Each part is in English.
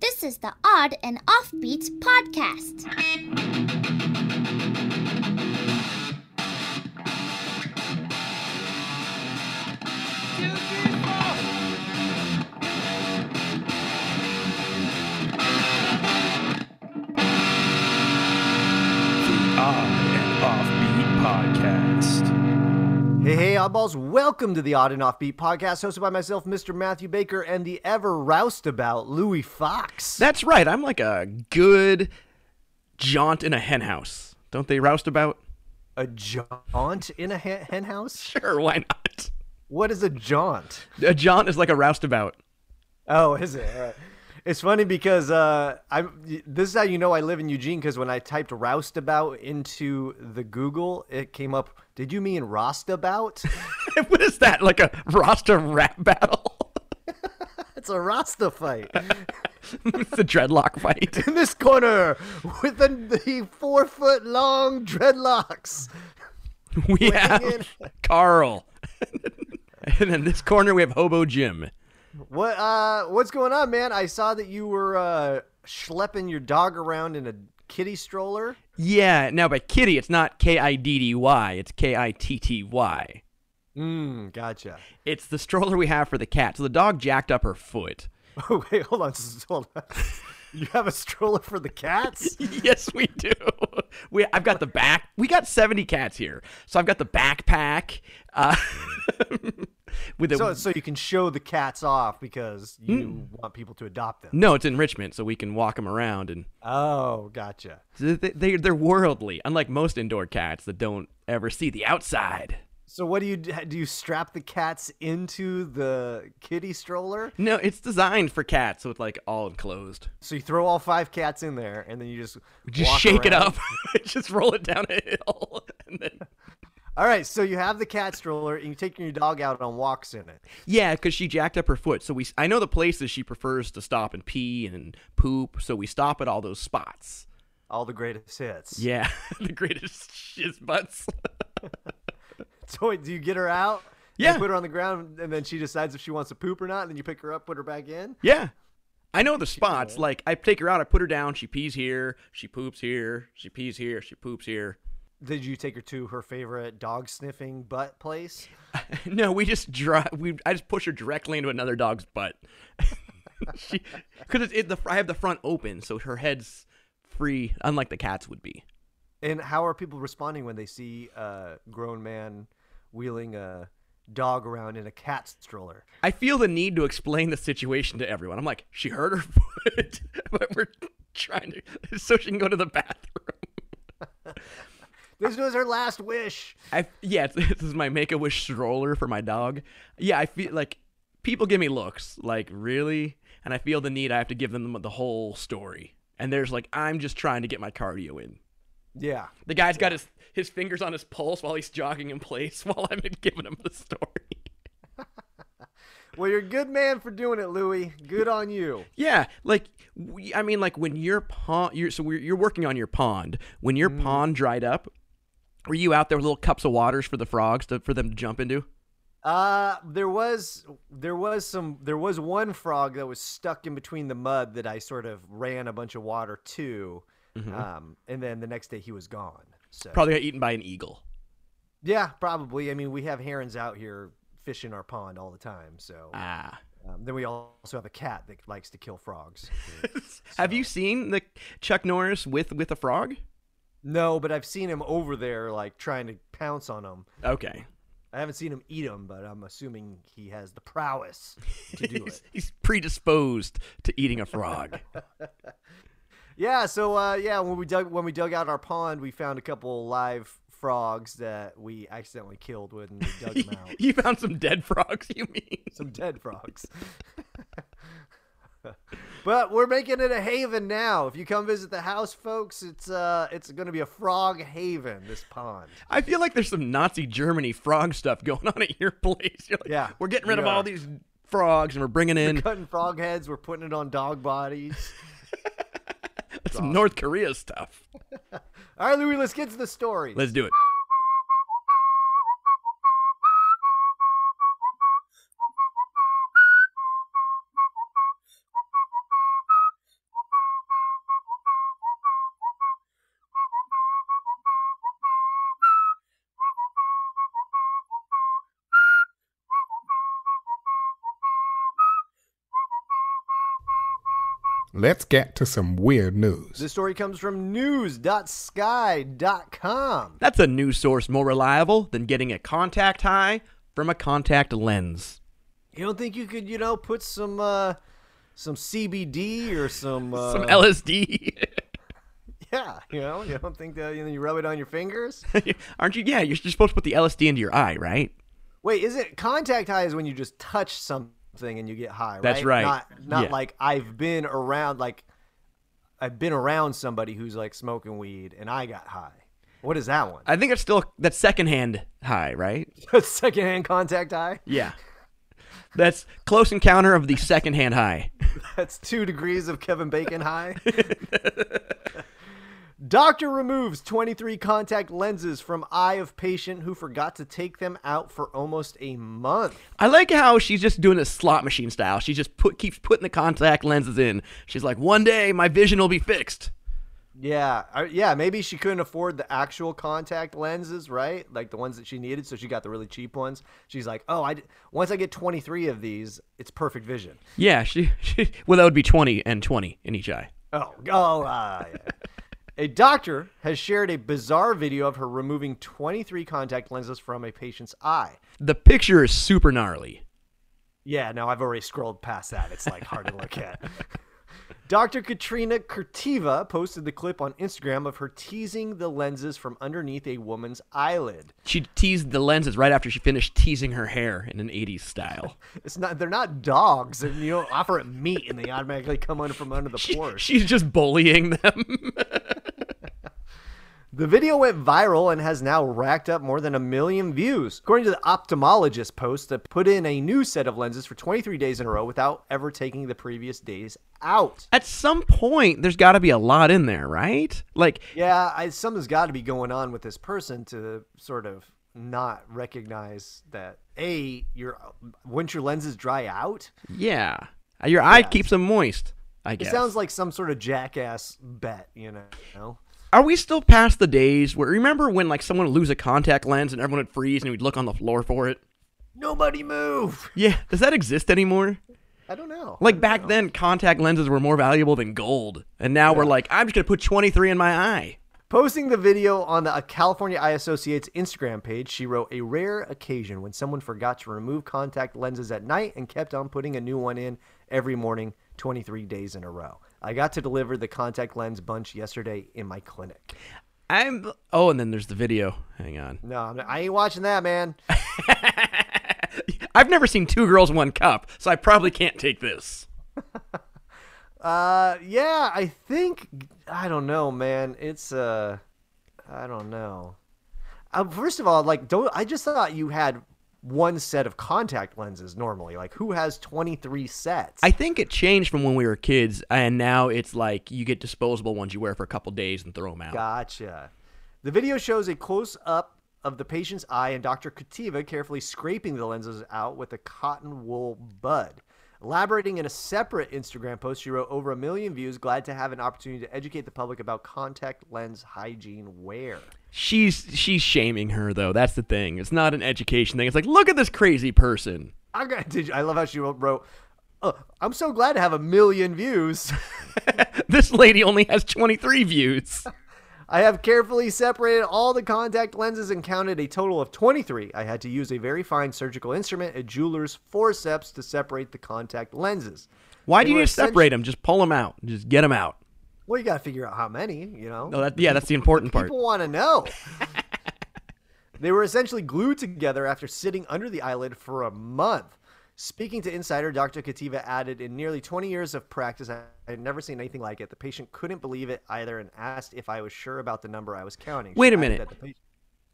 This is the Odd and Offbeats podcast. Odd and Offbeat Podcast. Hey, hey, oddballs, welcome to the Odd and Offbeat podcast hosted by myself, Mr. Matthew Baker, and the ever roustabout Louis Fox. That's right. I'm like a good jaunt in a henhouse. Don't they roust about? a jaunt in a hen hen house? Sure, why not? What is a jaunt? A jaunt is like a roustabout. Oh, is it? All right. It's funny because uh, I this is how you know I live in Eugene because when I typed roustabout into the Google, it came up. Did you mean rostabout? what is that? Like a Rasta rap battle? it's a Rasta fight. it's the dreadlock fight. in this corner with the, the four foot long dreadlocks. We have Carl. and in this corner, we have Hobo Jim. What uh what's going on, man? I saw that you were uh schlepping your dog around in a kitty stroller. Yeah, now by kitty, it's not K I D D Y, it's K I T T Y. Mm, gotcha. It's the stroller we have for the cat. So the dog jacked up her foot. Oh wait, hold on, s- hold on. You have a stroller for the cats? yes, we do. We I've got the back. We got seventy cats here, so I've got the backpack uh, with a. So so you can show the cats off because you Mm. want people to adopt them. no, it's enrichment, so we can walk them around, and Oh, gotcha. they, they they're worldly, unlike most indoor cats that don't ever see the outside. So what do you d- do? You strap the cats into the kitty stroller? No, it's designed for cats, so it's like all enclosed. So you throw all five cats in there, and then you just Just walk shake it around. up, just roll it down a hill, and then All right, so you have the cat stroller, and you're taking your dog out on walks in it. Yeah, because she jacked up her foot. So we, I know the places she prefers to stop and pee and poop. So we stop at all those spots. All the greatest hits. Yeah, the greatest shiz butts. So wait, do you get her out? and Yeah. put her on the ground, and then she decides if she wants to poop or not, and then you pick her up, put her back in. yeah, I know the spots. Like I take her out, I put her down. She pees here, she poops here, she pees here, she poops here. Did you take her to her favorite dog sniffing butt place? no, we just drive. We I just push her directly into another dog's butt. Because it's it, the I have the front open, so her head's free, unlike the cat's would be. And how are people responding when they see a grown man wheeling a dog around in a cat stroller? I feel the need to explain the situation to everyone. I'm like, she hurt her foot, but we're trying to so she can go to the bathroom. This was her last wish. I yeah, it's, this is my make a wish stroller for my dog. Yeah, I feel like people give me looks like really, and I feel the need. I have to give them the whole story. And there's like, I'm just trying to get my cardio in. Yeah. The guy's got his his fingers on his pulse while he's jogging in place while I'm giving him the story. Well, you're a good man for doing it, Louie. Good on you. Yeah, like we, I mean, like when your pond, you're, so we're, you're working on your pond. When your pond dried up, were you out there with little cups of waters for the frogs to, for them to jump into? Uh, there was there was some there was one frog that was stuck in between the mud that I sort of ran a bunch of water to, um, and then the next day he was gone. So Probably got eaten by an eagle. yeah, probably. I mean, we have herons out here fishing our pond all the time. So Ah, um, then we also have a cat that likes to kill frogs. have you seen the Chuck Norris with with a frog? no, but I've seen him over there like trying to pounce on him. Okay, I haven't seen him eat him, but I'm assuming he has the prowess to do it. he's, he's predisposed to eating a frog. Yeah, so uh, yeah, when we dug when we dug out our pond, we found a couple live frogs that we accidentally killed when we dug them out. you found some dead frogs, you mean? Some dead frogs. but we're making it a haven now. If you come visit the house, folks, it's uh, it's going to be a frog haven. This pond. I feel like there's some Nazi Germany frog stuff going on at your place. You're like, Yeah, we're getting rid we of all are. these frogs and we're bringing in Cutting frog heads, we're putting it on dog bodies. some North Korea stuff. All right, Louis, let's get to the story. Let's do it. Let's get to some weird news. The story comes from news.sky.com. That's a news source more reliable than getting a contact high from a contact lens. You don't think you could, you know, put some uh some CBD or some uh, Some LSD. yeah, you know, you don't think that you, know, you rub it on your fingers? Aren't you? Yeah, you're you're supposed to put the LSD into your eye, right? Wait, is it contact high is when you just touch something and you get high, right? That's right. Not not Yeah. like I've been around like I've been around somebody who's like smoking weed and I got high. What is that one? I think it's still that's secondhand high, right? Secondhand contact high? Yeah. That's close encounter of the secondhand high. That's two degrees of Kevin Bacon high. Doctor removes 23 contact lenses from eye of patient who forgot to take them out for almost a month. I like how she's just doing it slot machine style. She just put keeps putting the contact lenses in. She's like, one day my vision will be fixed. Yeah, I- yeah. Maybe she couldn't afford the actual contact lenses, right? Like the ones that she needed, so she got the really cheap ones. She's like, "Oh, I d- once I get 23 of these, it's perfect vision." Yeah, she, she well that would be twenty and twenty in each eye. Oh, oh, uh, yeah. a doctor has shared a bizarre video of her removing 23 contact lenses from a patient's eye. The picture is super gnarly. Yeah, no, I've already scrolled past that. It's like hard to look at. Dr. Katrina Kurtiva posted the clip on Instagram of her teasing the lenses from underneath a woman's eyelid. She teased the lenses right after she finished teasing her hair in an 80s style. It's not they're not dogs and you don't offer it meat and they automatically come under from under the She- porch. she's just bullying them. The video went viral and has now racked up more than a million views. According to the ophthalmologist post that put in a new set of lenses for 23 days in a row without ever taking the previous days out. At some point, there's got to be a lot in there, right? Like, Yeah, I, something's got to be going on with this person to sort of not recognize that a your wouldn't your lenses dry out? yeah, Uh, your eye keeps them moist. I It guess. sounds like some sort of jackass bet, you know. Are we still past the days where remember when like someone would lose a contact lens and everyone would freeze and we'd look on the floor for it? Nobody move. Yeah, does that exist anymore? I don't know. Like back then, contact lenses were more valuable than gold, and now we're like, I'm just gonna put 23 in my eye. Posting the video on the California Eye Associates Instagram page, she wrote, A rare occasion when someone forgot to remove contact lenses at night and kept on putting a new one in every morning, 23 days in a row. I got to deliver the contact lens bunch yesterday in my clinic. I'm oh, and then there's the video. Hang on, No, I'm not- I ain't watching that, man. I've never seen two girls one cup, so I probably can't take this. Uh, yeah, I think I don't know, man. It's uh, I don't know. Uh, first of all, like, don't I just thought you had one set of contact lenses normally? Like, who has twenty three sets? I think it changed from when we were kids, and now it's like you get disposable ones you wear for a couple days and throw them out. Gotcha. The video shows a close up of the patient's eye and Dr. Kativa carefully scraping the lenses out with a cotton wool bud. Elaborating in a separate Instagram post, she wrote, Over a million views, glad to have an opportunity to educate the public about contact lens hygiene wear. She's she's shaming her though. That's the thing. It's not an education thing. It's like look at this crazy person. I, got, did, you- I love how she wrote, wrote, "Oh, I'm so glad to have a million views. this lady only has 23 views. I have carefully separated all the contact lenses and counted a total of 23. I had to use a very fine surgical instrument, a jeweler's forceps, to separate the contact lenses. Why They do you were need to separate them? Just pull them out. Just get them out. Well, you got to figure out how many, you know? No, that, yeah, that's the important part. People want to know. they were essentially glued together after sitting under the eyelid for a month. Speaking to Insider, Dr. Kativa added, In nearly 20 years of practice, I I had never seen anything like it. The patient couldn't believe it either and asked if I was sure about the number I was counting. She Wait a added minute. that the patient-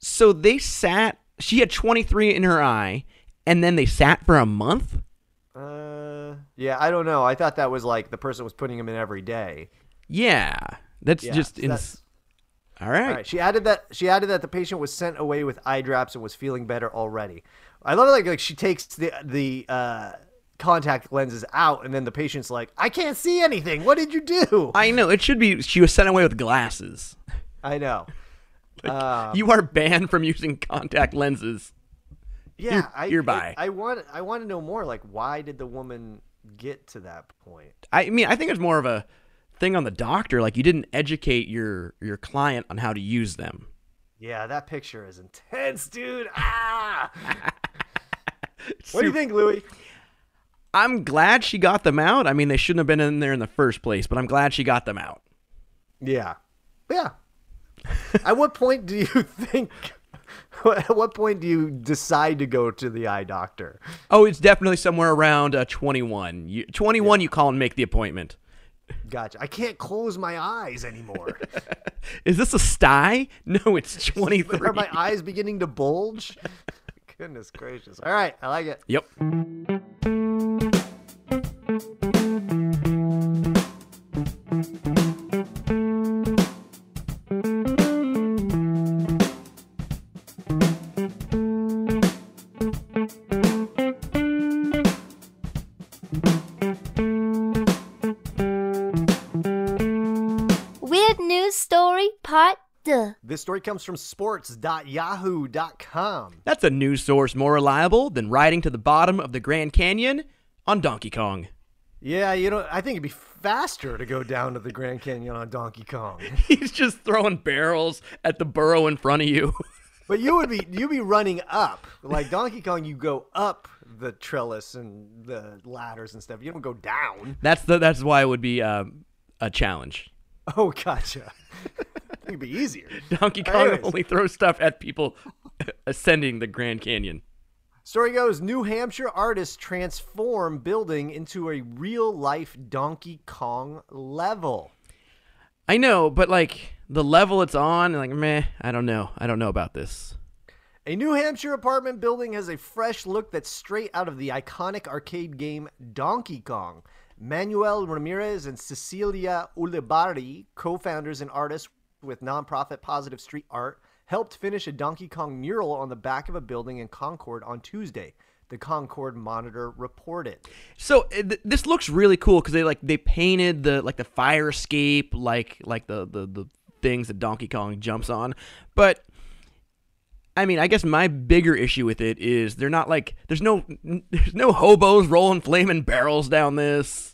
So they sat. She had 23 in her eye, and then they sat for a month. Uh, yeah, I don't know. I thought that was like the person was putting them in every day. Yeah, that's Yeah, just so ins- that's- all right. All right. She added that she added that the patient was sent away with eye drops and was feeling better already. I love it, like like she takes the the uh, contact lenses out and then the patient's like, I can't see anything. What did you do? I know it should be. She was sent away with glasses. I know. you are banned from using contact lenses. Yeah, You're- I, you're it- bi. I want I want to know more. Like, why did the woman get to that point. I mean, I think it's more of a thing on the doctor. Like you didn't educate your your client on how to use them. Yeah, that picture is intense, dude. Ah. what do you think, Louis? I'm glad she got them out. I mean, they shouldn't have been in there in the first place, but I'm glad she got them out. Yeah. Yeah. At what point do you think at what point do you decide to go to the eye doctor? Oh, it's definitely somewhere around uh, 21. You, 21, you call and make the appointment. Gotcha. I can't close my eyes anymore. Is this a sty? No, it's 23. Are my eyes beginning to bulge? Goodness gracious. All right, I like it. Yep. Weird News Story Part Duh. This story comes from sports.yahoo.com. That's a news source more reliable than riding to the bottom of the Grand Canyon on Donkey Kong. Yeah, you know, I think it'd be faster to go down to the Grand Canyon on Donkey Kong. He's just throwing barrels at the burrow in front of you. But you would be you'd be running up. Like Donkey Kong, you go up the trellis and the ladders and stuff. You don't go down. That's the that's why it would be um, a challenge. Oh, gotcha. It'd be easier. Donkey Kong Anyways. only throws stuff at people ascending the Grand Canyon. Story goes New Hampshire artists transform building into a real life Donkey Kong level. I know, but like the level it's on, like meh, I don't know. I don't know about this. A New Hampshire apartment building has a fresh look that's straight out of the iconic arcade game Donkey Kong. Manuel Ramirez and Cecilia Ulibarri, co founders and artists with nonprofit Positive Street Art, helped finish a Donkey Kong mural on the back of a building in Concord on Tuesday. The Concord Monitor reported. So uh, th- this looks really cool because they like they painted the like the fire escape, like like the, the the things that Donkey Kong jumps on. But I mean, I guess my bigger issue with it is they're not like there's no there's no hobos rolling flaming barrels down this.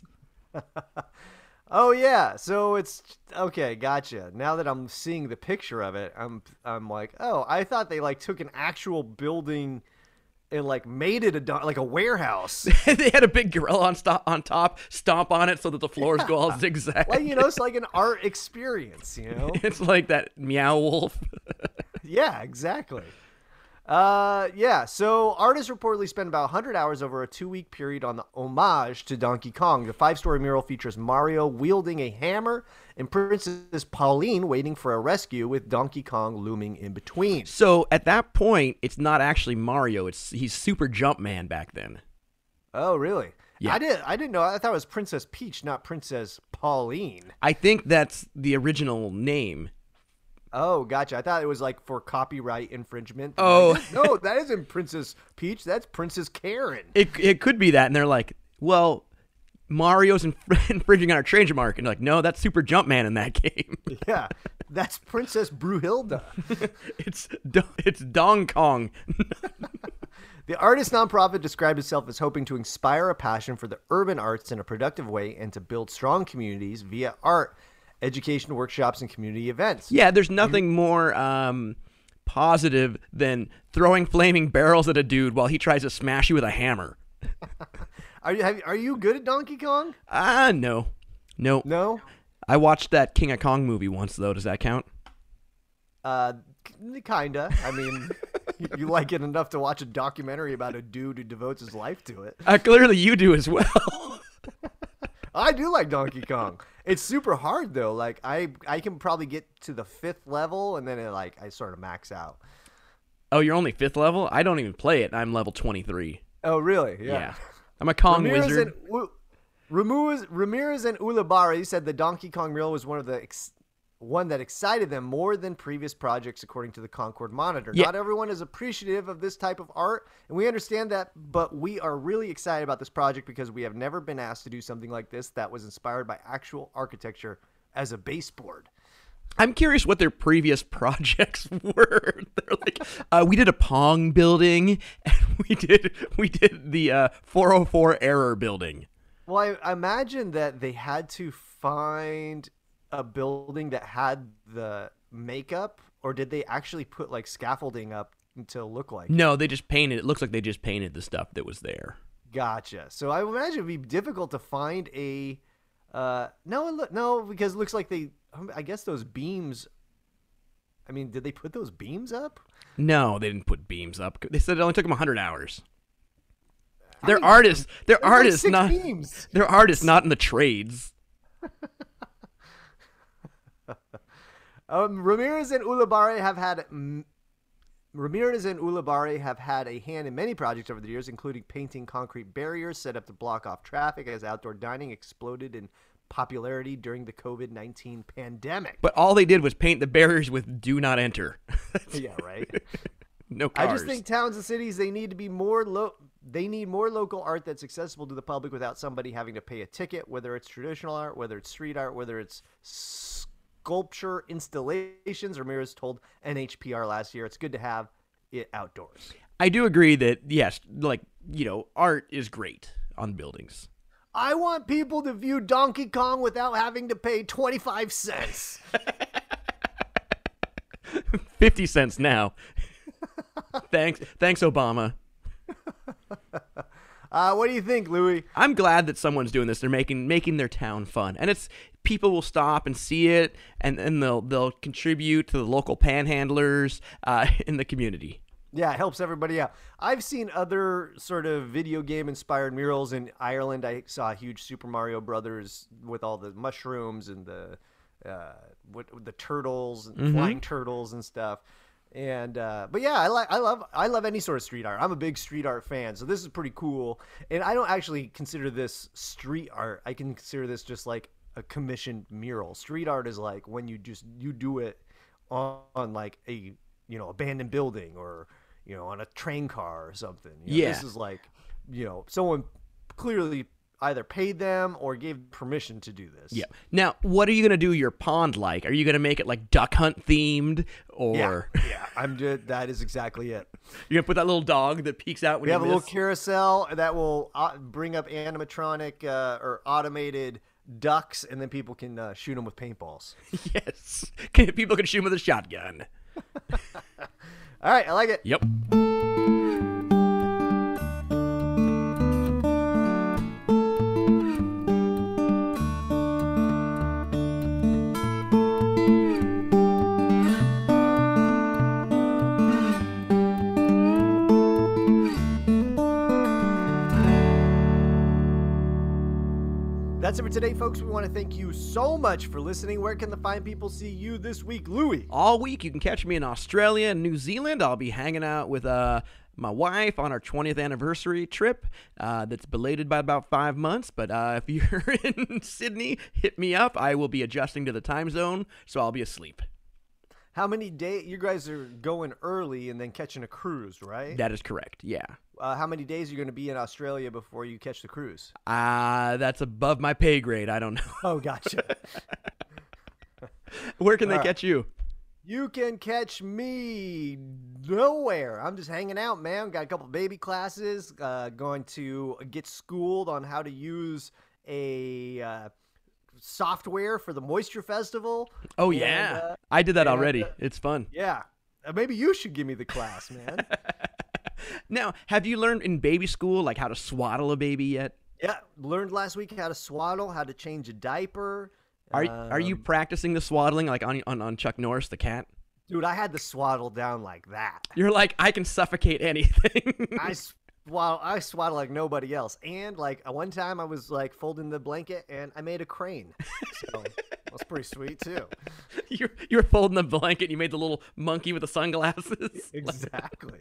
Oh yeah, so it's okay. Gotcha. Now that I'm seeing the picture of it, I'm I'm like, oh, I thought they like took an actual building and like made it a don- like a warehouse. they had a big gorilla on sto- on top, stomp on it so that the floors go all zigzag. Well, you know, it's like an art experience. You know. it's like that meow wolf. yeah, exactly. Uh, yeah. So artists reportedly spent about 100 hours over a two-week period on the homage to Donkey Kong. The five-story mural features Mario wielding a hammer and Princess Pauline waiting for a rescue, with Donkey Kong looming in between. so at that point, it's not actually Mario. It's he's Super Jumpman back then. Oh, really? Yeah. I did. I didn't know. I thought it was Princess Peach, not Princess Pauline. I think that's the original name. Oh, gotcha. I thought it was like for copyright infringement. I'm Oh. like, no, that isn't Princess Peach. That's Princess Karen. It, it could be that, and they're like, well, Mario's inf- infringing on our trademark, and they're like, no, that's Super Jumpman in that game. yeah, that's Princess Bruhilda. it's Do- it's Dong Kong. The artist nonprofit described itself as hoping to inspire a passion for the urban arts in a productive way and to build strong communities via art, education workshops, and community events. yeah, there's nothing more um, positive than throwing flaming barrels at a dude while he tries to smash you with a hammer. Are you have, you- are you good at Donkey Kong? Ah, no, no, No. I watched that King of Kong movie once though. Does that count? Uh, k- kinda. I mean, you- you like it enough to watch a documentary about a dude who devotes his life to it. Uh, clearly, you do as well. I do like Donkey Kong. It's super hard though. Like I, I can probably get to the fifth level and then it like I sort of max out. oh, you're only fifth level. I don't even play it. I'm level twenty three. Oh really? Yeah. Yeah. I'm a Kong Ramirez wizard. and U- Ramirez, Ramirez and Ulibarri said the Donkey Kong mural was one of the ex- one that excited them more than previous projects, according to the Concord Monitor. Yeah. Not everyone is appreciative of this type of art, and we understand that. But we are really excited about this project because we have never been asked to do something like this that was inspired by actual architecture as a baseboard. I'm curious what their previous projects were. They're like, uh, we did a Pong building, and we did we did the uh, 404 error building. Well, I- I imagine that they had to find a building that had the makeup, or did they actually put like scaffolding up to look like? it? No, they just painted. It looks like they just painted the stuff that was there. Gotcha. So I imagine it'd be difficult to find a. Uh, no, it loo- no, because it looks like they. I guess those beams. I mean, did they put those beams up? No, they didn't put beams up. They said it only took them 100 hours. They're artists. They're There's, like, artists, six not beams. they're artists, not in the trades. Um, Ramirez and Ulibarri have had mm, Ramirez and Ulibarri have had a hand in many projects over the years, including painting concrete barriers set up to block off traffic as outdoor dining exploded in popularity during the COVID nineteen pandemic. But all they did was paint the barriers with "Do not enter." yeah, right. no cars. I just think towns and cities they need to be more lo- they need more local art that's accessible to the public without somebody having to pay a ticket, whether it's traditional art, whether it's street art, whether it's sculpture installations. Ramirez told NHPR last year, it's good to have it outdoors. I do agree that yes, like you know, art is great on buildings. I want people to view Donkey Kong without having to pay 25 cents. 50 cents now. thanks, thanks Obama. Uh, what do you think, Louis? I'm glad that someone's doing this. They're making making their town fun, and it's people will stop and see it, and and they'll they'll contribute to the local panhandlers uh, in the community. Yeah, it helps everybody out. I've seen other sort of video game inspired murals in Ireland. I saw a huge Super Mario Brothers with all the mushrooms and the uh, what the turtles, and flying turtles and stuff. And uh, but yeah, I like I love I love any sort of street art. I'm a big street art fan, so this is pretty cool. And I don't actually consider this street art. I can consider this just like a commissioned mural. Street art is like when you just you do it on, on like a you know abandoned building or you know on a train car or something. You know, Yeah. this is like you know someone clearly either paid them or gave permission to do this. Yeah. Now, what are you gonna do your pond like? Are you gonna make it like duck hunt themed, yeah, or yeah. I'm just that is exactly it. you're gonna put that little dog that peeks out when We you have a little miss? carousel that will uh, bring up animatronic uh, or automated ducks, and then people can uh, shoot them with paintballs. yes. Can- People can shoot him with a shotgun. All right, I like it. Yep. That's it for today, folks. We want to thank you so much for listening. Where can the fine people see you this week, Louie? all week. You can catch me in Australia and New Zealand. I'll be hanging out with uh, my wife on our 20th anniversary trip uh, that's belated by about five months. But uh, if you're in Sydney, hit me up. I will be adjusting to the time zone, so I'll be asleep. How many days? You guys are going early and then catching a cruise, right? That is correct. Yeah. Uh, how many days are you going to be in Australia before you catch the cruise? Uh, that's above my pay grade. I don't know. Oh, gotcha. Where can they catch you? You can catch me nowhere. I'm just hanging out, man. Got a couple baby classes. Uh, going to get schooled on how to use a uh, software for the Moisture Festival. Oh, And, yeah. uh, I did that and, already. uh, It's fun. yeah. Uh, Maybe you should give me the class, man. Now, have you learned in baby school, like how to swaddle a baby yet? yeah. Learned last week how to swaddle, how to change a diaper. Um, Are, are you practicing the swaddling like on, on, on Chuck Norris, the cat? Dude, I had the swaddle down like that. You're like, I can suffocate anything. I swaddle, I swaddle like nobody else. And like uh, one time, I was like folding the blanket, and I made a crane. So that's pretty sweet too. you, you were folding the blanket. and You made the little monkey with the sunglasses. Exactly.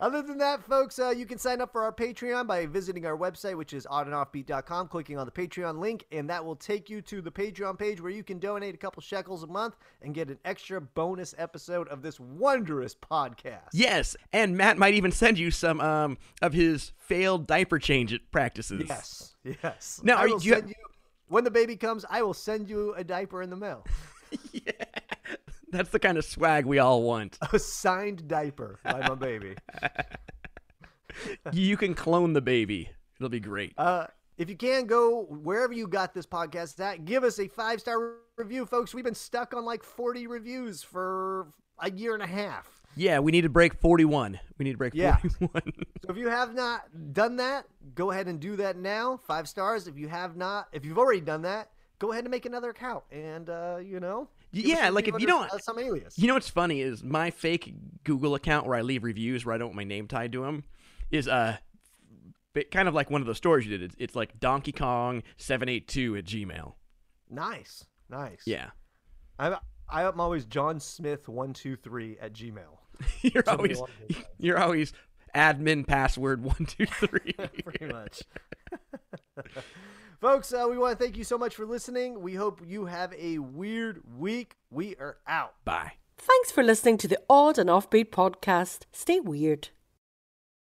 Other than that, folks, uh, you can sign up for our Patreon by visiting our website, which is onandoffbeat.com, clicking on the Patreon link, and that will take you to the Patreon page where you can donate a couple shekels a month and get an extra bonus episode of this wondrous podcast. Yes, and Matt might even send you some um of his failed diaper change practices. Yes. Yes. Now, I are you- will do you have- send you when the baby comes, I will send you a diaper in the mail. that's the kind of swag we all want. A signed diaper by my baby. you can clone the baby. It'll be great. Uh, if you can go wherever you got this podcast at, give us a five star review, folks. We've been stuck on like 40 reviews for a year and a half. Yeah, we need to break 41. We need to break Yeah. 41. So if you have not done that, go ahead and do that now. Five stars. If you have not, if you've already done that, go ahead and make another account. And, uh, you know, give us a Yeah, like, review if you under, don't- uh, some alias. you know what's funny is my fake Google account where I leave reviews where I don't want my name tied to them is uh bit- kind of like one of those stories you did. It's, it's like Donkey Kong 782 at Gmail. nice. Nice. Yeah. I'm, I'm always John Smith123 at Gmail. You're always you're always admin password 123. pretty much. Folks, uh, we want to thank you so much for listening. We hope you have a weird week. We are out. Bye. Thanks for listening to the Odd and Offbeat podcast. Stay weird.